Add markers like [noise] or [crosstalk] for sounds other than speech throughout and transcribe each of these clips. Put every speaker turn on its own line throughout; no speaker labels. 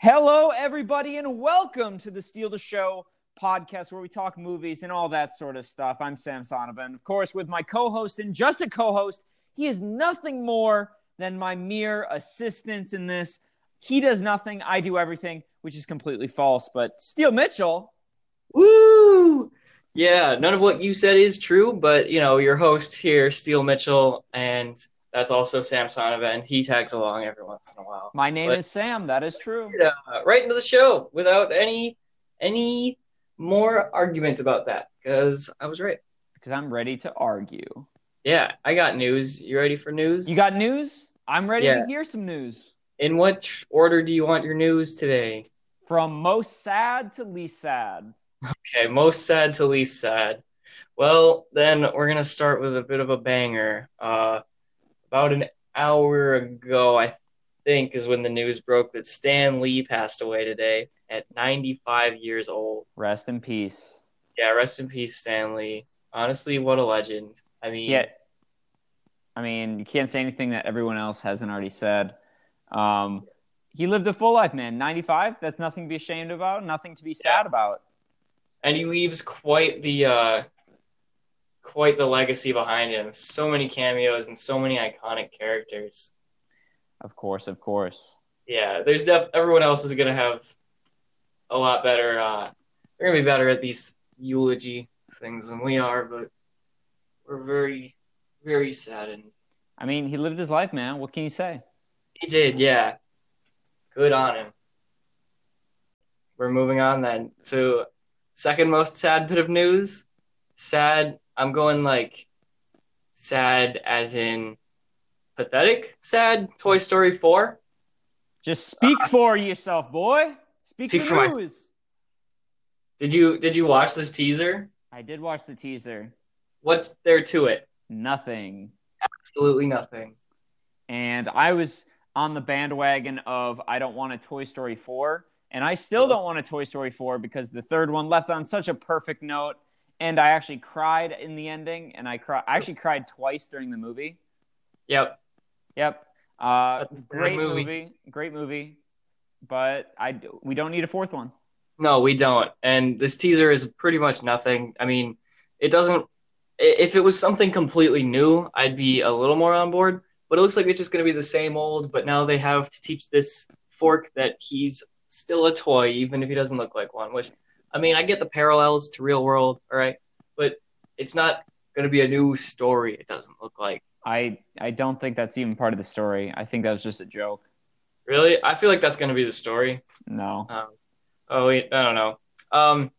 Hello, everybody, and welcome to the Steal the Show podcast where we talk movies and all that sort of stuff. I'm Sam Sonovan, of course, with my co host and just a co host. He is nothing more than my mere assistance in this. He does nothing, I do everything, which is completely false. But Steele Mitchell,
Woo! Yeah, none of what you said is true, but you know, your host here, Steele Mitchell, and that's also Sam Sonovan. He tags along every once in a while.
my name
What?
is Sam. That is true.
Uh, right into the show without any any more argument about that because I was right.
Because I'm ready to argue.
Yeah, I got news. You ready for news?
You got news? I'm ready
Yeah.
to hear some news.
In what tr- order do you want your news today?
From most sad to least sad.
Okay, most sad to least sad. Well, then we're gonna start with a bit of a banger. Uh, about an hour ago, I think, is when the news broke that Stan Lee passed away today at 95 years old.
Rest in peace.
Yeah, rest in peace, Stan Lee. Honestly, what a legend. I mean,
Yeah. I mean, you can't say anything that everyone else hasn't already said. Um, he lived a full life, man. 95, that's nothing to be ashamed about, nothing to be sad about.
and he leaves quite the uh, quite the legacy behind him. So many cameos and so many iconic characters.
Of course, of course.
Yeah, there's def everyone else is gonna have a lot better uh they're gonna be better at these eulogy things than we are, but we're very very saddened.
I mean, he lived his life, man. What can you say?
He did, yeah. Good on him. We're moving on then to second most sad bit of news. Sad I'm going like sad as in pathetic sad Toy Story 4.
Just speak for yourself, boy. Speak,
Uh, Speak
the
for myself.
news.
Did you did you watch this teaser?
I did watch the teaser.
What's there to it?
Nothing.
Absolutely nothing.
and I was on the bandwagon of I don't want a Toy Story 4, and I still don't want a Toy Story 4 because the third one left on such a perfect note, and I actually cried in the ending, and I cry I actually cried twice during the movie.
Yep.
Yep, uh,
That's a
great
great movie.
movie. great movie, but I we don't need a fourth one.
No, we don't. And this teaser is pretty much nothing. I mean, it doesn't. i- If it was something completely new, I'd be a little more on board. But it looks like it's just going to be the same old. But now they have to teach this fork that he's still a toy, even if he doesn't look like one. Which, I mean, I get the parallels to real world, all right? But it's not going to be a new story, it doesn't look like.
I I don't think that's even part of the story. I think that was just a joke.
Really? I feel like that's going to be the story.
No,
Um, oh, wait, I don't know. Um,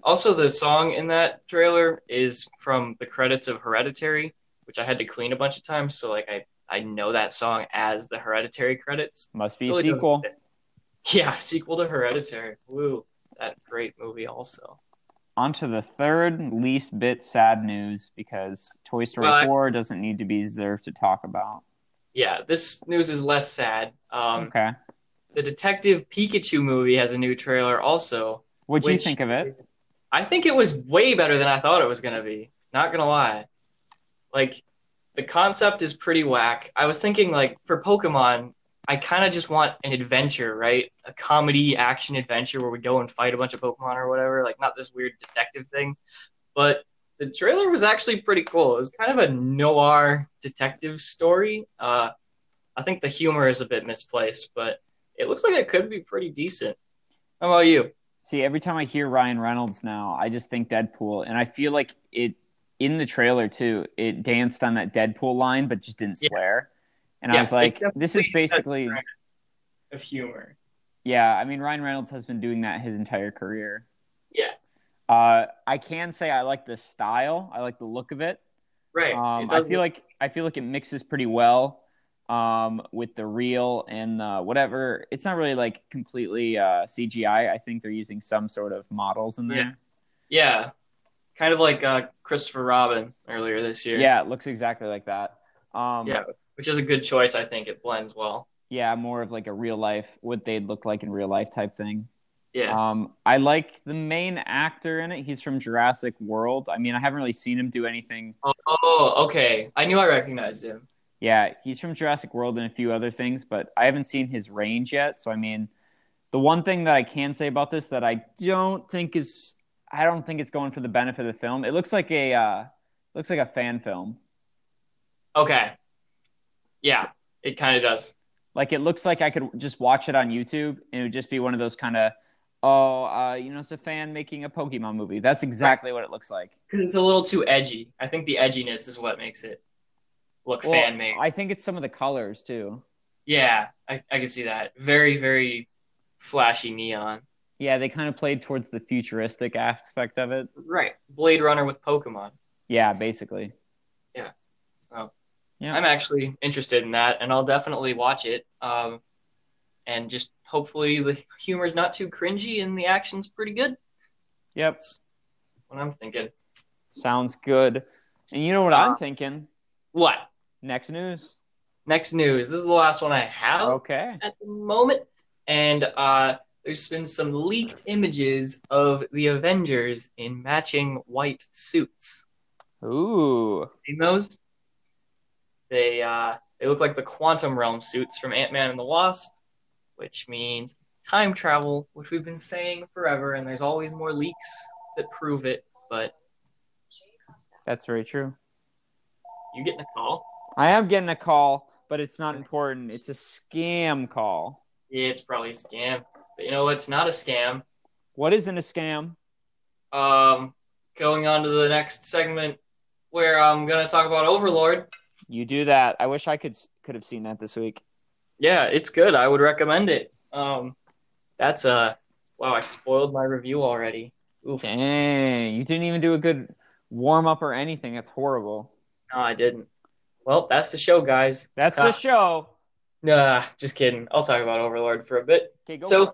also, the song in that trailer is from the credits of Hereditary, which I had to clean a bunch of times. So, like, I I know that song as the Hereditary credits.
must be a
Really doesn't
sequel.
fit. Yeah, [laughs] sequel to Hereditary. Woo, that great movie. Also,
onto the third least bit sad news because Toy Story
Well, I-
4 doesn't need to be deserved to talk about.
yeah, this news is less sad. Um,
okay.
The Detective Pikachu movie has a new trailer. Also,
What'd you
which-
think of it?
I think it was way better than I thought it was gonna be. Not gonna lie, like the concept is pretty whack. I was thinking like for Pokemon, I kind of just want an adventure, right? A comedy action adventure where we go and fight a bunch of Pokemon or whatever. Like not this weird detective thing. But the trailer was actually pretty cool. It was kind of a noir detective story. Uh, I think the humor is a bit misplaced, but it looks like it could be pretty decent. How about you?
See, every time I hear Ryan Reynolds now, I just think Deadpool. And I feel like it, in the trailer too, it danced on that Deadpool line, but just didn't
Yeah.
swear. And I
Yeah,
was
it's
like, this is
[laughs] definitely-
basically,
Of humor.
yeah, I mean, Ryan Reynolds has been doing that his entire career.
Yeah.
Uh, I can say I like the style, I like the look of it.
Right.
Um,
It
I
does
feel
look-
like I feel like it mixes pretty well um, with the real and uh, whatever. It's not really like completely uh, CGI. I think they're using some sort of models in there.
yeah, kind of like uh, Christopher Robin earlier this
Yeah,
year.
it looks exactly like that. Um, yeah.
Yeah. which is a good choice. I think it blends well.
more of like a real life, what they'd look like in real life type thing.
Yeah,
Um, I like the main actor in it. He's from Jurassic World. I mean, I haven't really seen him do anything
oh, oh, okay. I knew I recognized him.
Yeah, he's from Jurassic World and a few other things, but I haven't seen his range yet. So I mean, The one thing that I can say about this that I don't think is I don't think it's going for the benefit of the film. It looks like a uh, looks like a fan film.
Okay. Yeah, it kind of does.
Like it looks like I could just watch it on YouTube and it would just be one of those kind of oh uh, you know it's a fan making a Pokemon movie. That's exactly what it looks like.
Because it's a little too edgy. I think the edginess is what makes it look
Well,
fan made.
I think it's some of the colors too.
Yeah, I, I can see that. Very, very flashy neon.
Yeah, they kind of played towards the futuristic aspect of it.
Right. Blade Runner with Pokemon.
Yeah, basically.
So
Yeah.
I'm actually interested in that, and I'll definitely watch it. Um, and just hopefully the humor's not too cringy and the action's pretty good.
Yep.
What I'm thinking.
Sounds good. And you know what
Uh,
I'm thinking?
What?
Next news.
Next news. This is the last one I have
Okay.
at the moment, and uh, there's been some leaked images of the Avengers in matching white suits.
Ooh.
seen those. They uh, they look like the quantum realm suits from Ant Man and the Wasp, which means time travel, which we've been saying forever, and there's always more leaks that prove it. But
That's very true.
you getting a call?
I am getting a call, but it's not
Nice.
important. It's a scam call.
Yeah, it's probably a scam. But you know what's not a scam?
What isn't a scam?
Um, going on to the next segment where I'm gonna talk about Overlord.
You do that. I wish I could could have seen that this week.
Yeah, it's good. I would recommend it. Um, that's uh, wow, I spoiled my review already. Oof.
Dang, you didn't even do a good warm up or anything. That's horrible.
No, I didn't. Well, that's the show, guys.
That's
Ah.
the show.
Nah, just kidding. I'll talk about Overlord for a bit.
Okay, go.
So-
for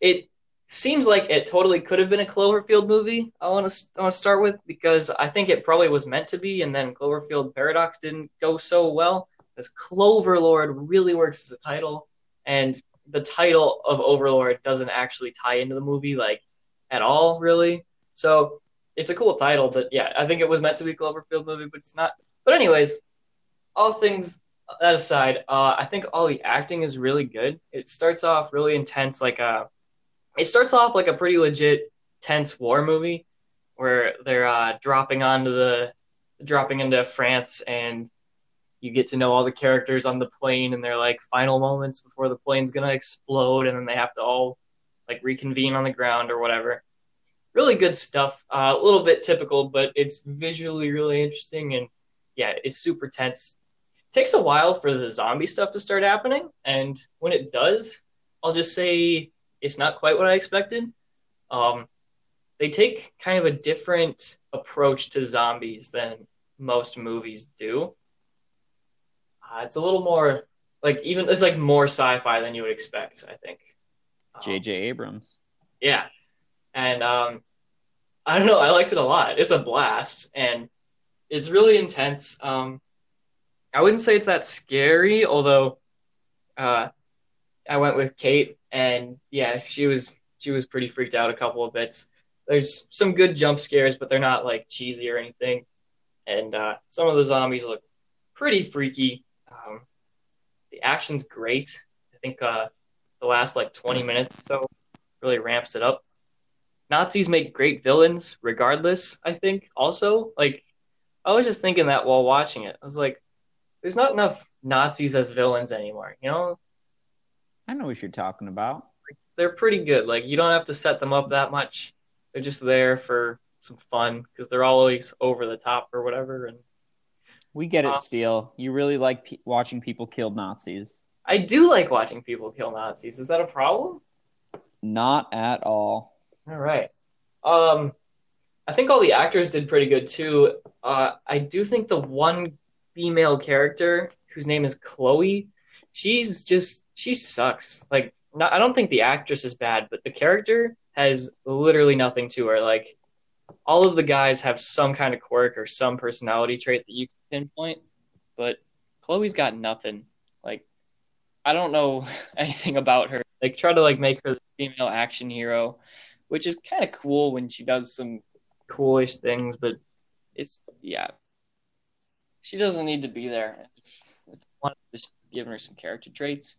it.
It seems like it totally could have been a Cloverfield movie. I want to I want to start with because I think it probably was meant to be, and then Cloverfield Paradox didn't go so well. This Cloverlord really works as a title, and the title of Overlord doesn't actually tie into the movie like at all, really. So it's a cool title, but yeah, I think it was meant to be a Cloverfield movie, but it's not. But anyways, all things that aside, uh, I think all the acting is really good. It starts off really intense, like uh, a, it starts off like a pretty legit tense war movie, where they're uh, dropping onto the, dropping into France, and you get to know all the characters on the plane and their like final moments before the plane's gonna explode, and then they have to all like reconvene on the ground or whatever. Really good stuff. Uh, a little bit typical, but it's visually really interesting and yeah, it's super tense takes a while for the zombie stuff to start happening, and when it does, I'll just say it's not quite what I expected. Um, they take kind of a different approach to zombies than most movies do. Uh, it's a little more like even it's like more sci-fi than you would expect. I think. Um,
J.J. Abrams.
yeah. And um, I don't know. I liked it a lot. It's a blast, and it's really intense. Um, I wouldn't say it's that scary, although uh, I went with Kate, and yeah, she was she was pretty freaked out a couple of bits. There's some good jump scares, but they're not like cheesy or anything. And uh, some of the zombies look pretty freaky. Um, the action's great. I think uh, the last like 20 minutes or so really ramps it up. Nazis make great villains, regardless, I think. Also, like, I was just thinking that while watching it. I was like, there's not enough Nazis as villains anymore. You know,
I know what you're talking about.
they're pretty good. Like, you don't have to set them up that much. They're just there for some fun because they're always over the top or whatever. And
We get it,
Uh,
Steele. You really like pe- watching people kill Nazis.
I do like watching people kill Nazis. Is that a problem?
Not at all.
All right. Um, I think all the actors did pretty good too. Uh, I do think the one female character whose name is Chloe, she's just she sucks. Like, not, I don't think the actress is bad, but the character has literally nothing to her. Like, all of the guys have some kind of quirk or some personality trait that you can pinpoint, but Chloe's got nothing. Like, I don't know [laughs] anything about her. Like, try to like make her the female action hero which is kind of cool when she does some coolish things, but it's yeah, she doesn't need to be there. If- if I wanted to Just giving her some character traits,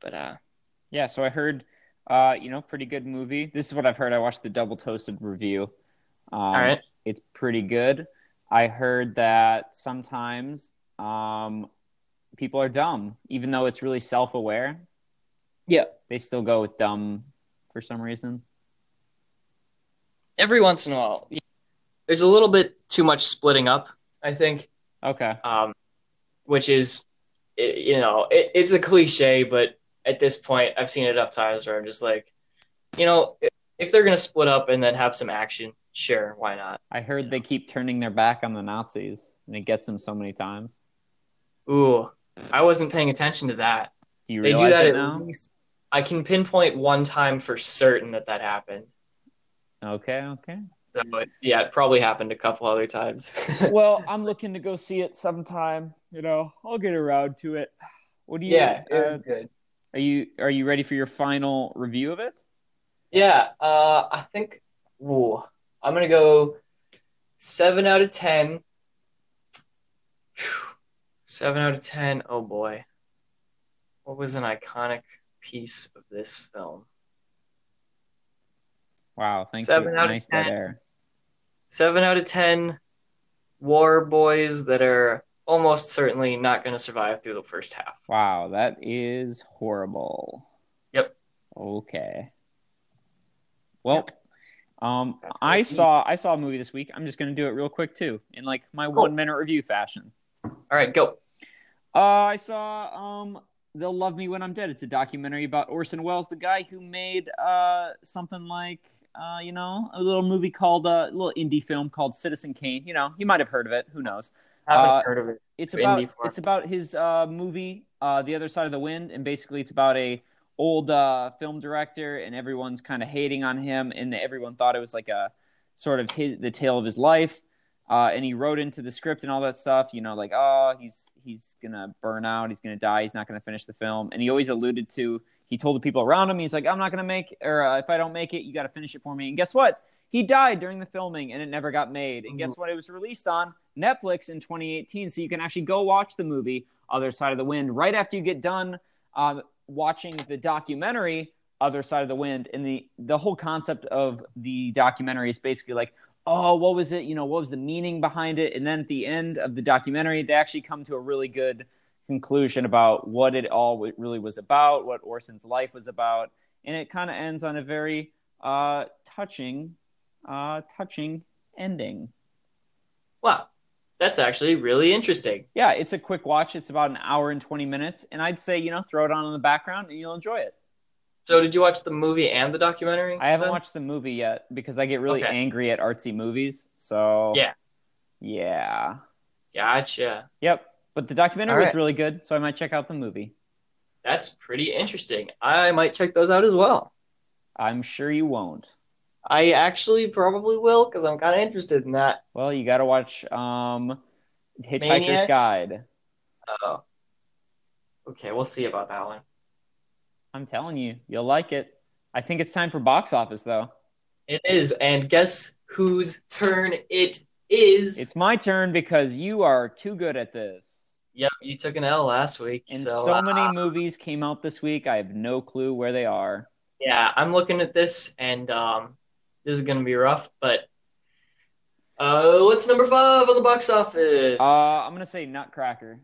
but uh,
Yeah, so I heard, uh, you know, pretty good movie. This is what I've heard. I watched the Double Toasted review. Um,
All right.
It's pretty good. I heard that sometimes um, people are dumb, even though it's really self aware.
Yeah.
They still go with dumb for some reason.
Every once in a while, there's a little bit too much splitting up. I think.
Okay.
um, which is, it, you know, it, it's a cliche, but at this point, I've seen it enough times where I'm just like, you know, i- if they're gonna split up and then have some action, sure, why not?
I heard they keep turning their back on the Nazis, and it gets them so many times.
Ooh, I wasn't paying attention to that.
Do you
they
realize
do that
it
at
now?
least. I can pinpoint one time for certain that that happened.
Okay, okay.
So it, yeah, it probably happened a couple other times. [laughs]
well, I'm looking to go see it sometime. You know, I'll get around to it. What do you?
yeah, it
uh,
was good.
are you are you ready for your final review of it?
Yeah, uh, I think ooh, I'm gonna go seven out of ten. Phew. Seven out of ten. Oh boy, what was an iconic piece of this film?
Wow, thanks
Seven
for
out of
nice dead
ten.
air.
Seven out of ten war boys that are almost certainly not gonna survive through the first half.
Wow, that is horrible.
Yep.
Okay. Well, um,
That's
I
good.
saw I saw a movie this week. I'm just gonna do it real quick too, in like my one minute review fashion.
All right, go.
Uh, I saw um, "They'll Love Me When I'm Dead." It's a documentary about Orson Welles, the guy who made uh, something like uh, you know a little movie called uh, a little indie film called Citizen Kane. You know, you might have heard of it. Who knows?
Haven't
Uh,
heard of it.
It's
Indie
about
form.
it's about his uh, movie, uh, "The Other Side of the Wind," and basically it's about a old uh, film director, and everyone's kind of hating on him, and everyone thought it was like a sort of his, the tale of his life. Uh, and he wrote into the script and all that stuff, you know, like oh, he's he's gonna burn out, he's gonna die, he's not gonna finish the film. And he always alluded to, he told the people around him, he's like, I'm not gonna make, or uh, if I don't make it, you gotta finish it for me. And guess what? He died during the filming, and it never got made. And guess what? It was released on Netflix in 2018, so you can actually go watch the movie Other Side of the Wind right after you get done um, watching the documentary Other Side of the Wind. And the the whole concept of the documentary is basically like oh, what was it? You know, what was the meaning behind it? And then at the end of the documentary, they actually come to a really good conclusion about what it all w- really was about, what Orson's life was about, and it kind of ends on a very uh, touching, uh, touching ending.
Wow, that's actually really interesting.
Yeah, it's a quick watch. It's about an hour and twenty minutes, and I'd say you know throw it on in the background and you'll enjoy it.
So, did you watch the movie and the documentary?
I haven't
then?
watched the movie yet because I get really
Okay.
angry at artsy movies. So
Yeah.
yeah.
Gotcha.
Yep. But the documentary
All
was
right.
really good, so I might check out the movie.
That's pretty interesting. I might check those out as well.
I'm sure you won't.
I actually probably will because I'm kind of interested in that.
Well, you got to watch um, Hitchhiker's
Maniac?
Guide.
Oh. Okay, we'll see about that one.
I'm telling you, you'll like it. I think it's time for box office, though.
It is, and guess whose turn it is?
It's my turn because you are too good at this.
Yep, you took an L last week,
And
so,
so,
uh,
many movies came out this week. I have no clue where they are.
yeah, I'm looking at this, and um, this is gonna be rough. But uh, what's number five on the box office?
Uh, I'm going to say Nutcracker.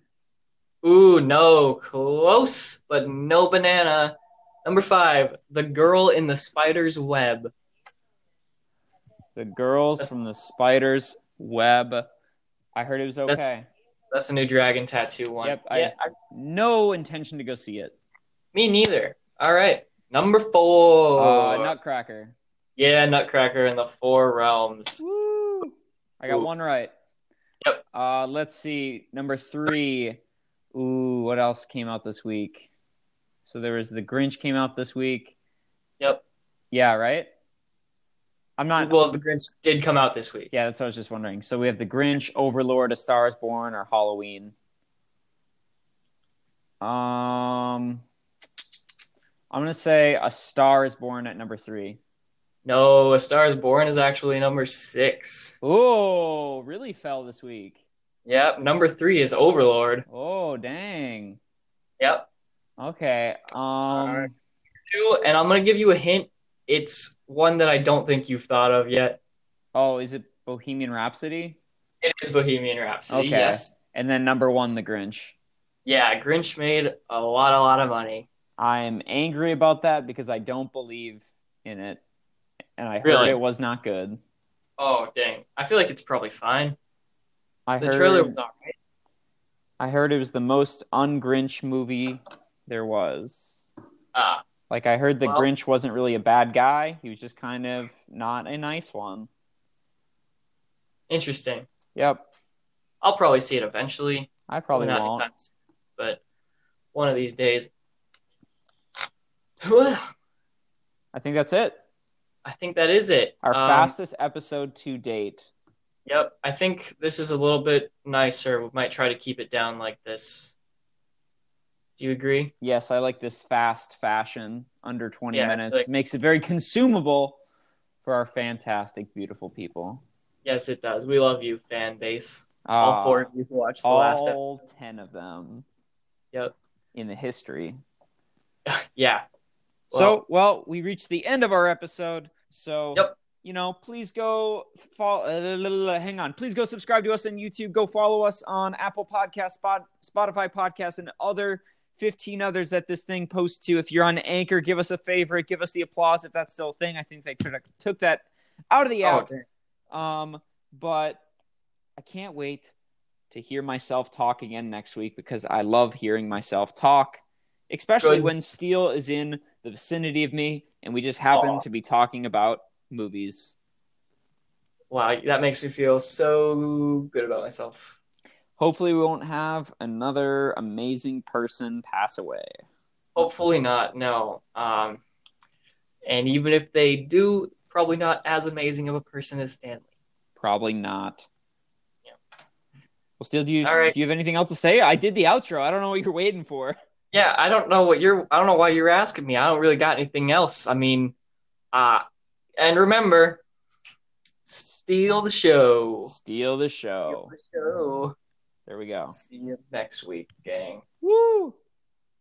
Ooh, no, close, but no banana. Number five, The Girl in the Spider's Web.
The Girls
That's-
from the Spider's Web. I heard it was
That's-
okay.
That's the new dragon tattoo one.
Yep, I-
yeah, I,
No intention to go see it.
me neither. All right, number four.
Uh, Nutcracker.
yeah, Nutcracker in the Four Realms.
Woo! I got
Ooh.
one right.
Yep.
Uh, let's see. Number three. Ooh, what else came out this week? So there was The Grinch came out this week.
Yep.
Yeah, right? I'm not.
Well, The Grinch did come out this week.
yeah, that's what I was just wondering. So we have The Grinch, Overlord, A Star is Born, or Halloween. Um, I'm going to say A Star is Born at number three.
No, A Star Is Born is actually number six.
Oh, really fell this week.
Yep, number three is Overlord.
Oh, dang.
Yep.
Okay. Um,
right. two, and I'm gonna give you a hint. It's one that I don't think you've thought of yet.
Oh, is it Bohemian Rhapsody?
It is Bohemian Rhapsody.
Okay.
Yes.
And then number one, The Grinch.
Yeah, Grinch made a lot, a lot of money.
I'm angry about that because I don't believe in it, and I heard
Really?
it was not good.
Oh dang! I feel like it's probably fine.
I
The
heard
trailer was alright.
I heard it was the most un-Grinch movie there was.
Ah,
Like I heard the
Well-
Grinch wasn't really a bad guy; he was just kind of not a nice one.
interesting.
Yep,
I'll probably see it eventually.
I probably
not
won't.
anytime soon, but one of these days. [sighs] Well,
I think that's it.
I think that is it.
Our
Um,
fastest episode to date.
Yep. I think this is a little bit nicer. We might try to keep it down like this. Do you agree?
Yes, I like this fast fashion under 20
Yeah,
minutes.
like-
Makes it very consumable for our fantastic, beautiful people.
Yes, it does. We love you, fan base.
Ah,
All four of you who watched the last episode.
all 10 of them
Yep.
in the history.
Yeah.
so, well, we reached the end of our episode. So,
Yep.
you know, please go follow. Uh, hang on. Please go subscribe to us on YouTube. Go follow us on Apple Podcasts, Spot, Spotify Podcasts, and other 15 others that this thing posts to. If you're on Anchor, give us a favorite. Give us the applause if that's still a thing. I think they took, took that out of the
Oh,
app.
dang.
Um, but I can't wait to hear myself talk again next week because I love hearing myself talk, especially
Good.
when Steele is in the vicinity of me and we just happen
Aw.
to be talking about movies.
Wow, that makes me feel so good about myself.
Hopefully, we won't have another amazing person pass away.
Hopefully not, no. Um, and even if they do, probably not as amazing of a person as Stanley.
Probably not.
Yeah.
Well, Steele, do you
All right.
do you have anything else to say? I did the outro. I don't know what you're waiting for.
Yeah, I don't know what you're, I don't know why you're asking me. I don't really got anything else. I mean, uh, and remember, steal the show.
Steal the
Steal
show.
the show.
There we go.
See you next week, gang.
Woo!